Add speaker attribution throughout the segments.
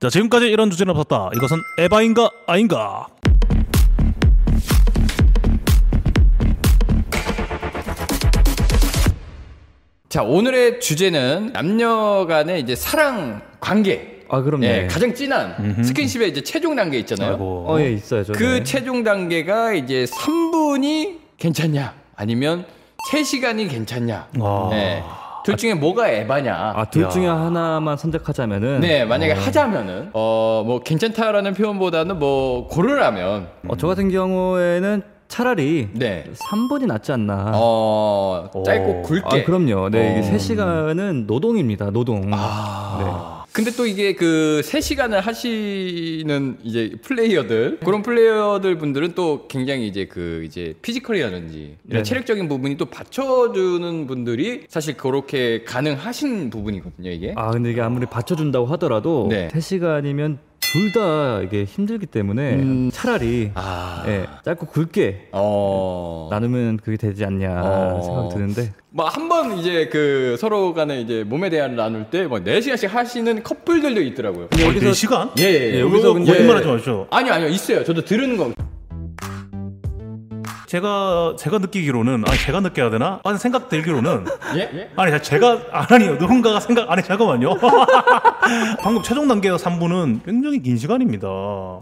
Speaker 1: 자 지금까지 이런 주제는 없었다. 이것은 에바인가 아닌가?
Speaker 2: 자 오늘의 주제는 남녀간의 이제 사랑 관계.
Speaker 3: 아, 그럼요.
Speaker 2: 예, 가장 진한 스킨십의 이제 최종 단계 있잖아요.
Speaker 1: 아이고.
Speaker 3: 어, 예, 있어요. 저는.
Speaker 2: 그 최종 단계가 이제 3분이 괜찮냐 아니면 3시간이 괜찮냐.
Speaker 1: 아.
Speaker 2: 예, 둘 중에 뭐가 에바냐.
Speaker 3: 아, 둘
Speaker 1: 야.
Speaker 3: 중에 하나만 선택하자면은
Speaker 2: 네, 만약에 하자면은 어 뭐 괜찮다라는 표현보다는 뭐 고르라면
Speaker 3: 어, 저 같은 경우에는 차라리
Speaker 2: 네.
Speaker 3: 3분이 낫지 않나.
Speaker 2: 어
Speaker 1: 오.
Speaker 2: 짧고 굵게.
Speaker 3: 아, 그럼요. 네,
Speaker 2: 어.
Speaker 3: 이게 3시간은 노동입니다. 노동. 네.
Speaker 2: 근데 또 이게 그 3시간을 하시는 이제 플레이어들 그런 플레이어들 분들은 또 굉장히 이제 그 이제 피지컬이라든지 이런
Speaker 3: 네.
Speaker 2: 체력적인 부분이 또 받쳐주는 분들이 사실 그렇게 가능하신 부분이거든요 이게
Speaker 3: 아, 근데 이게 아무리 받쳐준다고 하더라도
Speaker 2: 네.
Speaker 3: 3시간이면 둘 다 이게 힘들기 때문에
Speaker 2: 음.
Speaker 3: 차라리
Speaker 2: 아.
Speaker 3: 예, 짧고 굵게
Speaker 2: 어.
Speaker 3: 나누면 그게 되지 않냐
Speaker 2: 어.
Speaker 3: 생각 드는데
Speaker 2: 막뭐 한 번 이제 그 서로 간에 이제 몸에 대한 나눌 때막 뭐 4시간씩 하시는 커플들도 있더라고요.
Speaker 1: 네 시간?
Speaker 2: 예, 예, 예.
Speaker 3: 여기서
Speaker 2: 요거-
Speaker 3: 근데-
Speaker 1: 거짓말하지 마십시오.
Speaker 2: 아니요, 아니요. 있어요. 저도 들은 거.
Speaker 1: 제가 제가 느끼기로는 아니 제가 느껴야 되나? 아니 생각 들기로는
Speaker 2: 예? 예?
Speaker 1: 아니 제가 아니요 누군가가 생각 아니 잠깐만요. 방금 최종 단계에서 3분은 굉장히 긴 시간입니다.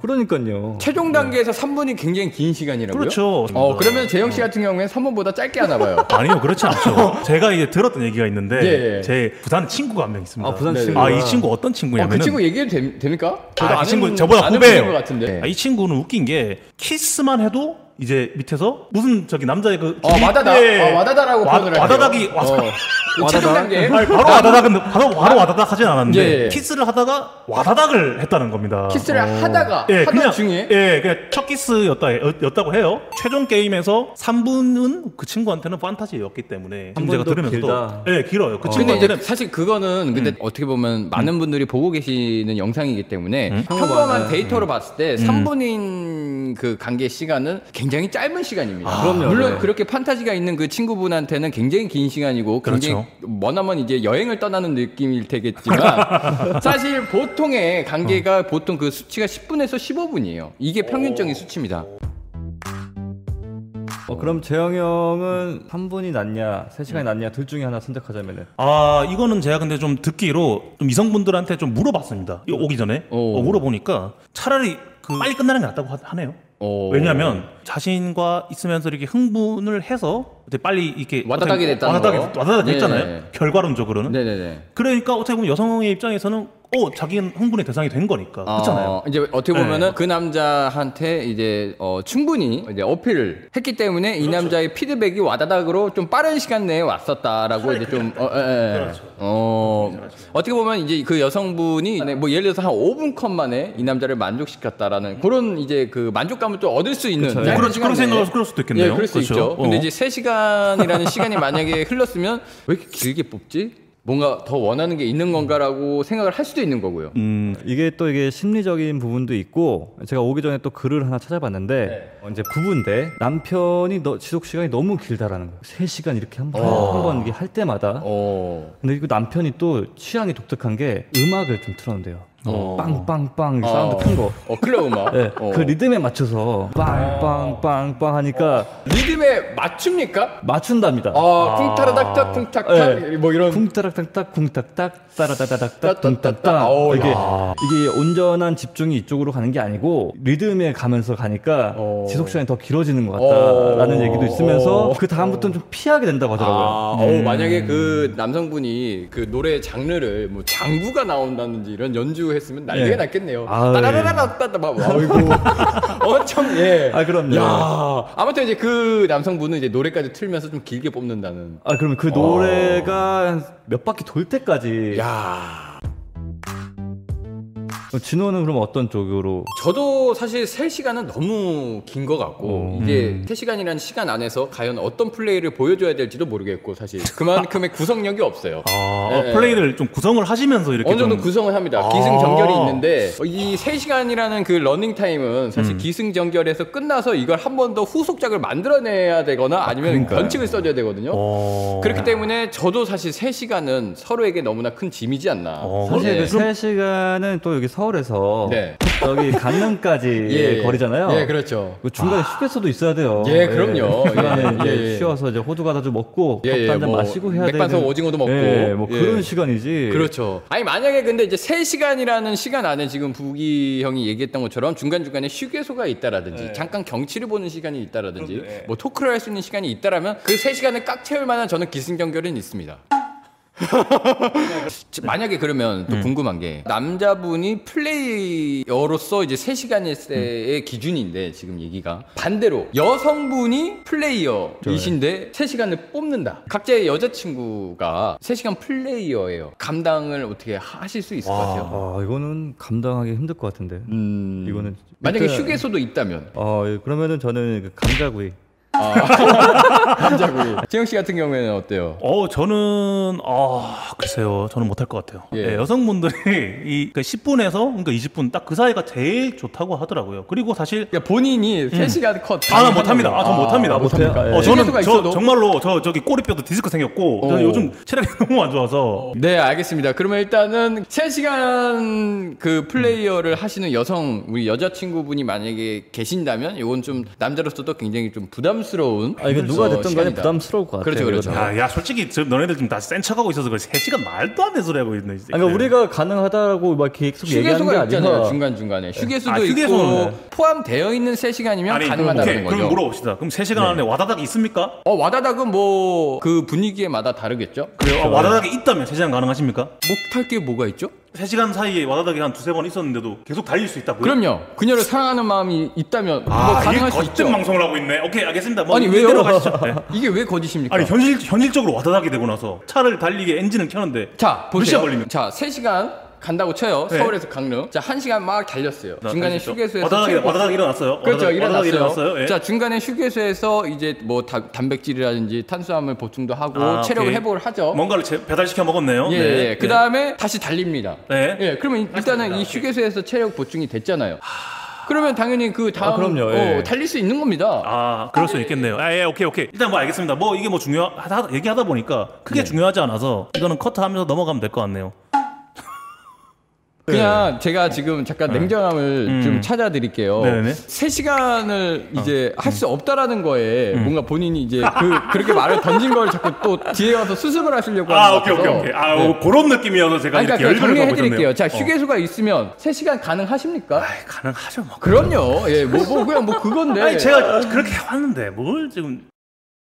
Speaker 3: 그러니까요
Speaker 2: 최종 단계에서 3분이 굉장히 긴 시간이라고요?
Speaker 1: 그렇죠.
Speaker 2: 어, 그러면 재영 씨 같은 경우에는 3분보다 짧게 하나 봐요. 어,
Speaker 1: 아니요 그렇지 않죠. 제가 이제 들었던 얘기가 있는데
Speaker 2: 예, 예.
Speaker 1: 제 부산 친구가 한 명 있습니다.
Speaker 3: 아 부산
Speaker 2: 네, 네.
Speaker 3: 친구
Speaker 1: 아, 이 친구 어떤
Speaker 2: 어,
Speaker 1: 친구냐면은
Speaker 2: 그 친구 얘기해도 됨- 됩니까? 저도
Speaker 1: 아, 이
Speaker 2: 아는-
Speaker 1: 친구 저보다
Speaker 2: 아는
Speaker 1: 후배예요.
Speaker 2: 분인 것 같은데.
Speaker 1: 아, 이 친구는 웃긴 게 키스만 해도 이제 밑에서 무슨 저기 남자의 그
Speaker 2: 어, 와다다.
Speaker 1: 예.
Speaker 2: 어, 와다다라고
Speaker 1: 와-
Speaker 2: 표현을 하요 어.
Speaker 1: 와다닥이 와-
Speaker 2: 최종 단계.
Speaker 1: 아니, 바로 와다닥 근데 바로 바로 와다닥 하진 않았는데
Speaker 2: 아. 예, 예.
Speaker 1: 키스를 하다가 와다닥을 했다는 겁니다.
Speaker 2: 키스를 하다가
Speaker 1: 예,
Speaker 2: 하던
Speaker 1: 그냥
Speaker 2: 중에
Speaker 1: 예, 그냥 첫 키스였다 어, 였- 였다고 해요. 최종 게임에서 3분은 그 친구한테는 판타지였기 때문에
Speaker 3: 삼
Speaker 1: 지금 제가
Speaker 3: 분도
Speaker 1: 들으면서도
Speaker 3: 길다.
Speaker 1: 예, 길어요. 그
Speaker 2: 근데 이제
Speaker 1: 친구한테는
Speaker 2: 사실 그거는 근데 어떻게 보면 많은 분들이 보고 계시는 영상이기 때문에 평범한
Speaker 3: 평범한,
Speaker 2: 데이터로 봤을 때 3분인 그 관계 시간은 굉장히 짧은 시간입니다.
Speaker 3: 그럼요.
Speaker 2: 물론
Speaker 3: 네.
Speaker 2: 그렇게 판타지가 있는 그 친구분한테는 굉장히 긴 시간이고 굉장히 뭐나면 이제 여행을 떠나는 느낌일 테겠지만 사실 보통의 관계가 보통 그 수치가 10분에서 15분이에요. 이게 평균적인 수치입니다.
Speaker 3: 어, 그럼 재영 형은 3분이 낫냐 3시간이 낫냐 둘 중에 하나 선택하자면은
Speaker 1: 아 이거는 제가 근데 좀 듣기로 좀 이성분들한테 좀 물어봤습니다. 이거 오기 전에
Speaker 2: 오.
Speaker 1: 어, 물어보니까 차라리 그 빨리 끝나는 게 낫다고 하- 하네요.
Speaker 2: 어.
Speaker 1: 왜냐하면 자신과 있으면서 이렇게 흥분을 해서 이제 빨리 이렇게
Speaker 2: 와다닥이
Speaker 1: 어떻게-
Speaker 2: 됐다는
Speaker 1: 와다닥이,
Speaker 2: 거.
Speaker 1: 와다닥 됐잖아요.
Speaker 2: 네네.
Speaker 1: 결과론적으로는
Speaker 2: 네네네.
Speaker 1: 그러니까 어떻게 보면 여성의 입장에서는 어 자기는 흥분의 대상이 된 거니까 그렇잖아요.
Speaker 2: 어, 이제 어떻게 보면은
Speaker 1: 네.
Speaker 2: 그 남자한테 이제 어, 충분히 이제 어필을 했기 때문에
Speaker 1: 그렇죠.
Speaker 2: 이 남자의 피드백이 와다닥으로 좀 빠른 시간 내에 왔었다라고 이제 좀 어, 예, 예.
Speaker 1: 그렇죠.
Speaker 2: 어, 어떻게 보면 이제 그 여성분이 네, 뭐 예를 들어서 한 5분 컷 만에 이 남자를 만족시켰다라는 그런 이제 그 만족감을 좀 얻을 수 있는
Speaker 3: 그쵸.
Speaker 1: 그렇죠.
Speaker 2: 짧은
Speaker 1: 그런-
Speaker 2: 시간
Speaker 1: 그런
Speaker 2: 내에.
Speaker 1: 생각으로 그럴 수도 있겠네요.
Speaker 2: 예, 네. 그럴 수
Speaker 1: 그렇죠.
Speaker 2: 있죠. 근데
Speaker 1: 어.
Speaker 2: 이제 3시간이라는 시간이 만약에 흘렀으면 왜 이렇게 길게 뽑지? 뭔가 더 원하는 게 있는 건가라고 생각을 할 수도 있는 거고요.
Speaker 1: 음,
Speaker 3: 이게 또 이게 심리적인 부분도 있고 제가 오기 전에 또 글을 하나 찾아봤는데 어,
Speaker 2: 네.
Speaker 3: 이제 부부인데 남편이 너, 지속 시간이 너무 길다라는 거예요 3시간 이렇게 한번 할 때마다
Speaker 2: 어.
Speaker 3: 근데 그 남편이 또 취향이 독특한 게 음악을 좀 틀었는데요
Speaker 1: 어.
Speaker 3: 빵빵빵
Speaker 2: 어.
Speaker 3: 사운드 큰거
Speaker 2: 어, 클럽 음악.
Speaker 3: 예,
Speaker 2: 어.
Speaker 3: 그 리듬에 맞춰서 빵빵빵빵 하니까
Speaker 2: 리듬에 맞춥니까?
Speaker 3: 맞춘답니다.
Speaker 2: 어, 쿵타라닥탁 쿵탁탁
Speaker 3: 예.
Speaker 2: 뭐 이런
Speaker 3: 아. 쿵따락딱딱 쿵딱딱 따라다다닥딱
Speaker 2: 따따따따.
Speaker 3: 쿵딱딱
Speaker 2: 어우,
Speaker 3: 이게
Speaker 2: 야.
Speaker 3: 이게 온전한 집중이 이쪽으로 가는 게 아니고 리듬에 가면서 가니까
Speaker 2: 어.
Speaker 3: 지속 시간이 더 길어지는 것 같다라는
Speaker 2: 어.
Speaker 3: 얘기도 있으면서 그 다음부터는 좀 피하게 된다고 하더라고요. 음.
Speaker 2: 아, 어우, 만약에 그 남성분이 그 노래 장르를 뭐 장구가 나온다든지 이런 연주했으면 난리가
Speaker 3: 예.
Speaker 2: 났겠네요.
Speaker 3: 아,
Speaker 2: 따라라라라따따 막 아이고 엄청 예.
Speaker 3: 아, 그럼요.
Speaker 2: 야, 아무튼 이제 그 남성분은 이제 노래까지 틀면서 좀 길게 뽑는다는.
Speaker 3: 아 그러면 그 노래가 한몇 바퀴 돌 때까지
Speaker 2: 어. 야.
Speaker 3: 그럼 진호는 그럼 어떤 쪽으로
Speaker 2: 저도 사실 3시간은 너무 긴 것 같고
Speaker 3: 오.
Speaker 2: 이게 3시간이라는 시간 안에서 과연 어떤 플레이를 보여줘야 될지도 모르겠고 사실 그만큼의 구성력이 없어요.
Speaker 1: 아,
Speaker 2: 예,
Speaker 1: 어,
Speaker 2: 예.
Speaker 1: 플레이를 좀 구성을 하시면서 이렇게
Speaker 2: 어느 정도
Speaker 1: 좀-
Speaker 2: 구성을 합니다.
Speaker 1: 아.
Speaker 2: 기승전결이 있는데 이 3시간이라는 그 러닝 타임은
Speaker 3: 음.
Speaker 2: 사실 기승전결에서 끝나서 이걸 한 번 더 후속작을 만들어내야 되거나 아니면
Speaker 3: 그러니까요.
Speaker 2: 변칙을 써줘야 되거든요.
Speaker 1: 어.
Speaker 2: 그렇기 때문에 저도 사실 3시간은 서로에게 너무나 큰 짐이지 않나.
Speaker 1: 어,
Speaker 3: 사실
Speaker 2: 네.
Speaker 3: 그 3시간은 또 여기 서울에서
Speaker 2: 네.
Speaker 3: 저기 강남까지의 거리잖아요.
Speaker 2: 예, 그렇죠.
Speaker 3: 그 중간에 휴게소도 있어야 돼요.
Speaker 2: 예, 그럼요.
Speaker 3: 중간에
Speaker 2: 예,
Speaker 3: 이제
Speaker 2: 예, 예.
Speaker 3: 쉬어서 이제 호두 과자 좀 먹고
Speaker 2: 예,
Speaker 3: 예,
Speaker 2: 예,
Speaker 3: 컵도 한잔
Speaker 2: 뭐
Speaker 3: 마시고 해야 되는
Speaker 2: 맥반석 오징어도 먹고.
Speaker 3: 예, 뭐
Speaker 2: 예.
Speaker 3: 그런 시간이지.
Speaker 2: 그렇죠. 아니 만약에 근데 이제 3시간이라는 시간 안에 지금 부기 형이 얘기했던 것처럼 중간중간에 휴게소가 있다라든지 잠깐 경치를 보는 시간이 있다라든지 뭐 토크를 할 수 있는 시간이 있다라면 그 3시간을 꽉 채울 만한 저는 기승전결은 있습니다. 만약에 그러면
Speaker 1: 음.
Speaker 2: 또 궁금한 게 남자분이 플레이어로서 이제 3시간일
Speaker 1: 음.
Speaker 2: 때의 기준인데 지금 얘기가 반대로 여성분이
Speaker 1: 네.
Speaker 2: 플레이어이신데 3시간을 뽑는다. 각자의 여자친구가 3시간 플레이어예요. 감당을 어떻게 하실 수 있을 것 같아요?
Speaker 3: 아, 이거는 감당하기 힘들 것 같은데.
Speaker 2: 음,
Speaker 3: 이거는
Speaker 2: 만약에
Speaker 3: 일단-
Speaker 2: 휴게소도 있다면
Speaker 3: 어, 예, 그러면은 저는 그 감자구이.
Speaker 2: 남자분 재영 씨 같은 경우에는 어때요?
Speaker 1: 어 저는 아 글쎄요 저는 못할 것 같아요.
Speaker 2: 예.
Speaker 1: 예, 여성분들이 이 10분에서 그러니까 20분 딱 그 사이가 제일 좋다고 하더라고요. 그리고 사실
Speaker 2: 그러니까 본인이 3시간 컷.
Speaker 1: 아 나 못합니다. 아전 못합니다.
Speaker 3: 못합니까?
Speaker 1: 어,
Speaker 2: 예.
Speaker 1: 저는
Speaker 2: 휴게소가
Speaker 1: 저
Speaker 2: 있어도?
Speaker 1: 정말로 저 저기 꼬리뼈도 디스크 생겼고 저는
Speaker 2: 어.
Speaker 1: 요즘 체력이 너무 안 좋아서
Speaker 2: 네, 알겠습니다. 그러면 일단은 3시간 그 플레이어를 하시는 여성, 우리 여자친구분이 만약에 계신다면 이건 좀 남자로서도 굉장히 좀 부담스러운.
Speaker 3: 아, 이거 누가
Speaker 2: 어,
Speaker 3: 됐든 간에
Speaker 2: 시간이다.
Speaker 3: 부담스러울 것 같아요.
Speaker 2: 그렇죠, 그렇죠.
Speaker 3: 이거는.
Speaker 1: 야, 야 솔직히 지금 너네들 지금 다 센 척하고 있어서 그래 3시간 말도 안 되는 소리 하고 있네.
Speaker 3: 아니, 그러니까 우리가 가능하다라고 막 계속 얘기하는 게 네.
Speaker 2: 휴게소가 있잖아요,
Speaker 3: 아니라
Speaker 2: 중간중간에. 휴게소도
Speaker 1: 아, 휴게소는
Speaker 2: 있고, 포함되어 있는 3시간이면 가능하다는
Speaker 1: 오케이,
Speaker 2: 거죠. 네.
Speaker 1: 그럼 물어봅시다. 그럼 3시간 안에 와다닥 있습니까?
Speaker 2: 어, 와다닥은 뭐 그 분위기에마다 다르겠죠?
Speaker 1: 그래요. 아, 와다닥이 있다면 3시간 가능하십니까?
Speaker 2: 못할 게 뭐가 있죠?
Speaker 1: 3시간 사이에 와다닥이 한 두세 번 있었는데도 계속 달릴 수 있다고요?
Speaker 2: 그럼요. 그녀를 사랑하는 마음이 있다면 뭐
Speaker 1: 아, 이게
Speaker 2: 가능할 수 있죠.
Speaker 1: 거짓 방송을 하고 있네. 오케이, 알겠습니다. 뭐
Speaker 2: 아니, 왜요? 그러니까.
Speaker 1: 이대로 가시죠. 네.
Speaker 2: 이게 왜 거짓입니까?
Speaker 1: 아니, 현실, 현실적으로 와다닥이 되고 나서 차를 달리게 엔진을 켜는데
Speaker 2: 자,
Speaker 1: 시간
Speaker 2: 보세요.
Speaker 1: 걸리면?
Speaker 2: 자, 3시간 간다고 쳐요.
Speaker 1: 네.
Speaker 2: 서울에서 강릉. 자, 1시간 막 달렸어요. 중간에
Speaker 1: 다시 또
Speaker 2: 휴게소에서
Speaker 1: 와다닥이,
Speaker 2: 술 먹고.
Speaker 1: 와다닥 일어났어요.
Speaker 2: 그렇죠.
Speaker 1: 와다닥,
Speaker 2: 일어났어요.
Speaker 1: 와다닥 일어났어요. 예.
Speaker 2: 자, 중간에 휴게소에서 이제 뭐 다- 단백질이라든지 탄수화물 보충도 하고
Speaker 1: 아,
Speaker 2: 체력을
Speaker 1: 오케이.
Speaker 2: 회복을 하죠.
Speaker 1: 뭔가를 제- 배달시켜 먹었네요.
Speaker 2: 어? 예,
Speaker 1: 네.
Speaker 2: 예.
Speaker 1: 네.
Speaker 2: 그 다음에 다시 달립니다.
Speaker 1: 네.
Speaker 2: 예, 그러면 일단은 이 휴게소에서 체력 보충이 됐잖아요. 그러면 당연히 그 다음
Speaker 3: 아, 그럼요. 예.
Speaker 2: 어, 달릴 수 있는 겁니다.
Speaker 1: 아, 그럴 수 있겠네요. 아, 예, 오케이, 오케이. 일단 뭐 알겠습니다. 뭐 이게 뭐 중요하다, 얘기하다 보니까
Speaker 2: 네.
Speaker 1: 크게 중요하지 않아서 이거는 커트하면서 넘어가면 될 것 같네요.
Speaker 2: 그냥 제가 지금 잠깐 냉정함을 좀 찾아드릴게요.
Speaker 1: 네. 음. 네네. 어.
Speaker 2: 3시간을 이제 할 수 없다라는 거에
Speaker 1: 음.
Speaker 2: 뭔가 본인이 이제 그, 그렇게 말을 던진 걸 자꾸 또 뒤에 와서 수습을 하시려고 하는
Speaker 1: 아,
Speaker 2: 것
Speaker 1: 오케이, 오케이,
Speaker 2: 같아서.
Speaker 1: 오케이. 아,
Speaker 2: 네.
Speaker 1: 오, 그런 느낌이어서 제가
Speaker 2: 아니,
Speaker 1: 이렇게
Speaker 2: 그러니까
Speaker 1: 열변을
Speaker 2: 정리해
Speaker 1: 갖고 있었네요.
Speaker 2: 드릴게요. 자,
Speaker 1: 어.
Speaker 2: 휴게소가 있으면 3시간 가능하십니까?
Speaker 1: 아이, 가능하죠, 뭐.
Speaker 2: 그럼요. 예, 뭐, 뭐, 그냥 뭐 그건데.
Speaker 1: 아니, 제가 그렇게 해왔는데 뭘 지금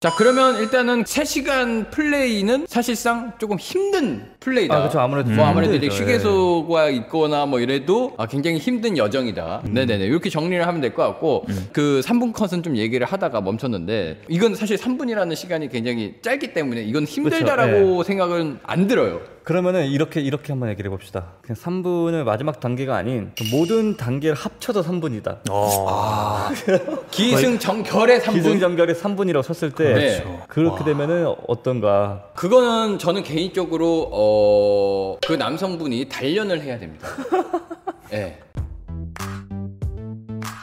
Speaker 2: 자, 그러면 일단은 3시간 플레이는 사실상 조금 힘든 플레이다.
Speaker 3: 아, 그렇죠. 아무래도
Speaker 2: 뭐
Speaker 3: 좀
Speaker 2: 아무래도 이제
Speaker 3: 힘들죠. 예,
Speaker 2: 휴게소가 있거나 뭐 이래도 아, 굉장히 힘든 여정이다. 네네네. 이렇게 정리를 하면 될 것 같고 그 3분 컷은 좀 얘기를 하다가 멈췄는데 이건 사실 3분이라는 시간이 굉장히 짧기 때문에 이건 힘들다라고 생각은 안 들어요.
Speaker 3: 예. 그러면은 이렇게 이렇게 한번 얘기를 해봅시다. 그냥 3분을 마지막 단계가 아닌 모든 단계를 합쳐서 3분이다.
Speaker 1: 어.
Speaker 2: 아, 기승전결의 3분.
Speaker 3: 기승전결이 3분이라고 쳤을 때
Speaker 2: 그렇죠.
Speaker 3: 그렇게 되면은 어떤가?
Speaker 2: 그거는 저는 개인적으로 어, 그 남성분이 단련을 해야 됩니다. 예.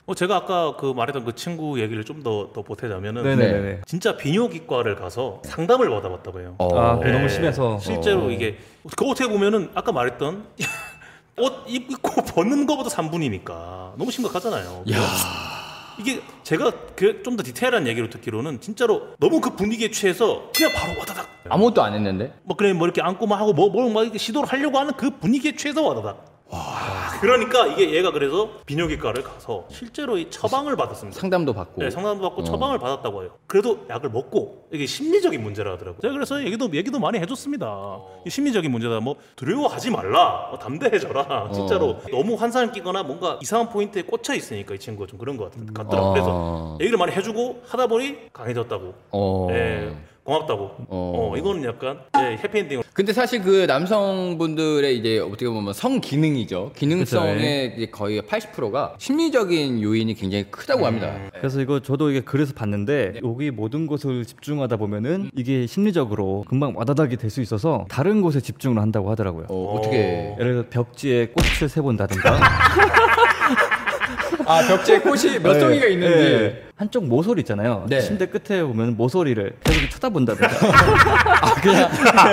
Speaker 1: 어, 제가 아까 그 말했던 그 친구 얘기를 좀 더 더 보태자면은
Speaker 3: 네네네.
Speaker 1: 진짜 비뇨기과를 가서 상담을 받아봤다고 해요.
Speaker 3: 아 그게
Speaker 1: 네.
Speaker 3: 너무 심해서
Speaker 1: 실제로
Speaker 2: 어.
Speaker 1: 이게 그 어떻게 보면은 아까 말했던 옷 입고 벗는 거보다 3분이니까 너무 심각하잖아요. 이게 제가 그 좀 더 디테일한 얘기로 듣기로는 진짜로 너무 그 분위기에 취해서 그냥 바로 와다닥
Speaker 2: 아무것도 안 했는데?
Speaker 1: 뭐 그래 뭐 이렇게 안고 막 하고 뭐뭐막 이렇게 시도를 하려고 하는 그 분위기에 취해서 와다닥. 그러니까 이게 얘가 그래서 비뇨기과를 가서 실제로 이 처방을 받았습니다.
Speaker 2: 상담도 받고.
Speaker 1: 네, 상담도
Speaker 2: 어.
Speaker 1: 받고 처방을 받았다고 해요. 그래도 약을 먹고 이게 심리적인 문제라 하더라고요. 제가 그래서 얘기도 얘기도 많이 해줬습니다.
Speaker 2: 어.
Speaker 1: 이 심리적인 문제다. 뭐 두려워하지 말라. 어, 담대해져라. 진짜로 너무 환상을 끼거나 뭔가 이상한 포인트에 꽂혀 있으니까 이 친구가 좀 그런 것 같- 같더라고요.
Speaker 2: 아.
Speaker 1: 그래서 얘기를 많이 해주고 하다 보니 강해졌다고.
Speaker 2: 어.
Speaker 1: 예, 고맙다고.
Speaker 2: 어.
Speaker 1: 어, 이거는 약간 예, 해피엔딩.
Speaker 2: 근데 사실 그 남성분들의 이제 어떻게 보면 성 기능이죠. 기능성의 이제 거의 80%가 심리적인 요인이 굉장히 크다고 합니다.
Speaker 3: 그래서 이거 저도 이게 글에서
Speaker 2: 네.
Speaker 3: 봤는데 여기 모든 곳을 집중하다 보면은 이게 심리적으로 금방 와다닥이 될 수 있어서 다른 곳에 집중을 한다고 하더라고요.
Speaker 2: 어, 어떻게
Speaker 3: 예를 들어 벽지에 꽃을 세본다든가
Speaker 2: 아 벽지에 꽃이 몇
Speaker 3: 예,
Speaker 2: 종이가 있는지.
Speaker 3: 예. 한쪽 모서리 있잖아요.
Speaker 2: 네.
Speaker 3: 침대 끝에 보면 모서리를 계속 쳐다본다든가
Speaker 2: 아 그냥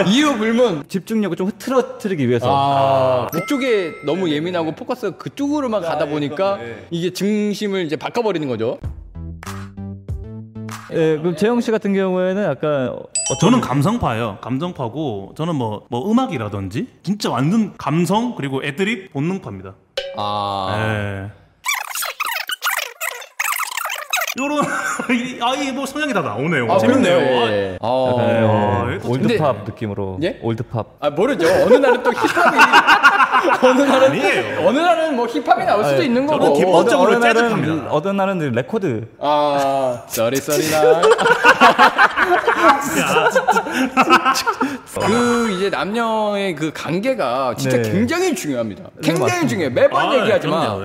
Speaker 2: 이유 불문.
Speaker 3: 집중력을 좀 흐트러뜨리기 위해서
Speaker 2: 아, 그쪽에 너무 예민하고 포커스가 아, 예, 그쪽으로만 가다 보니까 이게 중심을 이제 바꿔버리는 거죠.
Speaker 3: 예, 그럼 재영 씨 같은 경우에는 약간
Speaker 1: 어, 저는 감성파예요. 감성파고 저는 뭐, 뭐 음악이라든지 진짜 완전 감성 그리고 애드립 본능파입니다.
Speaker 2: 아,
Speaker 1: 예. 요런 아이 뭐 성향이 다 나오네요.
Speaker 2: 아
Speaker 1: 재밌네요.
Speaker 2: 그렇네요. 예. 아,
Speaker 3: 예,
Speaker 1: 아, 예.
Speaker 3: 올드팝 느낌으로
Speaker 2: 예?
Speaker 3: 올드팝
Speaker 2: 아 모르죠. 어느 날은 또 힙합이 어느 날은
Speaker 1: 아니에요.
Speaker 2: 어느 날은 뭐 힙합이 나올 수도 있는
Speaker 1: 저는
Speaker 2: 거고.
Speaker 1: 기본- 기본적으로
Speaker 3: 어느 날은-
Speaker 1: 재즈팝니다.
Speaker 3: 어느 날은 이제 레코드
Speaker 2: 아, 쏘리 쏘리 나. 그 이제 남녀의 그 관계가 진짜
Speaker 3: 네.
Speaker 2: 굉장히 중요합니다. 굉장히 중요해. 매번
Speaker 1: 아,
Speaker 2: 얘기하지만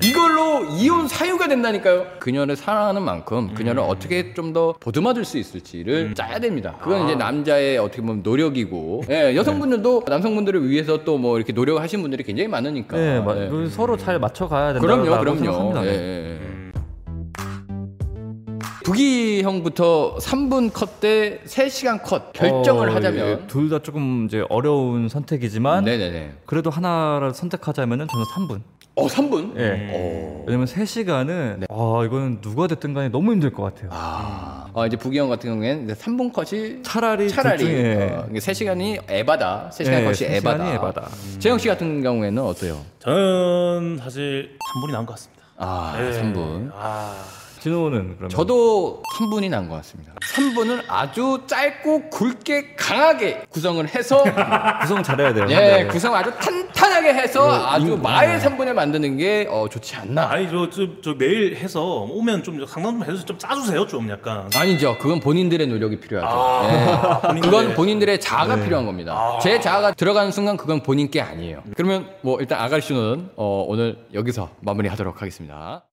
Speaker 1: 그럼요.
Speaker 2: 이걸로 이혼 사유가 된다니까요. 그녀를 사랑하는 만큼
Speaker 1: 음.
Speaker 2: 그녀를 어떻게 좀 더 보듬어줄 수 있을지를 짜야 됩니다.
Speaker 1: 아.
Speaker 2: 그건 이제 남자의 어떻게 보면 노력이고, 예,
Speaker 1: 네.
Speaker 2: 여성분들도 남성분들을 위해서 또 뭐 이렇게 노력하신 분들이 굉장히 많으니까.
Speaker 3: 예, 마-
Speaker 2: 예.
Speaker 3: 그 서로 잘 맞춰가야 된다고
Speaker 2: 그럼요, 그럼요.
Speaker 3: 생각합니다. 네.
Speaker 2: 예, 예, 예. 부기형부터 3분 컷 대 3시간 컷 결정을 하자면
Speaker 3: 어, 예, 둘 다 조금 이제 어려운 선택이지만
Speaker 2: 네네네.
Speaker 3: 그래도 하나를 선택하자면은 저는 3분.
Speaker 2: 어, 3분?
Speaker 3: 예.
Speaker 2: 어.
Speaker 3: 왜냐면 3시간은
Speaker 2: 네.
Speaker 3: 아, 이거는 누가 됐든 간에 너무 힘들 것 같아요.
Speaker 2: 아, 아, 이제 부기형 같은 경우에는 이제 3분 컷이
Speaker 3: 차라리 둘
Speaker 2: 차라리
Speaker 3: 중에
Speaker 2: 어, 3시간이 에바다. 3시간
Speaker 3: 예,
Speaker 2: 컷이
Speaker 3: 세
Speaker 2: 에바다. 음.
Speaker 3: 시간이 에바다.
Speaker 2: 재영 씨 같은 경우에는 어때요?
Speaker 1: 저는 사실 한 분이 나은 것 같습니다.
Speaker 2: 아,
Speaker 1: 예.
Speaker 2: 3분.
Speaker 1: 아,
Speaker 3: 진호는 그러면
Speaker 2: 저도 3분이 난 것 같습니다. 3분을 아주 짧고 굵게 강하게 구성을 해서
Speaker 3: 구성 잘해야 돼요.
Speaker 2: 예,
Speaker 3: 네. 음.
Speaker 2: 구성 아주 탄탄하게 해서 아주 마의 3분을 만드는 게 어, 좋지 않나.
Speaker 1: 아니 저, 저, 저 매일 해서 오면 좀 상담 좀 해주세요. 좀 짜주세요. 좀 약간.
Speaker 2: 아니죠. 그건 본인들의 노력이 필요하죠.
Speaker 1: 아,
Speaker 2: 예.
Speaker 1: 본인들의- 네.
Speaker 2: 그건 본인들의 자아가 필요한 겁니다. 제 자아가 들어가는 순간 그건 본인 게 아니에요. 그러면 뭐 일단 아가리 씨는 어, 오늘 여기서 마무리하도록 하겠습니다.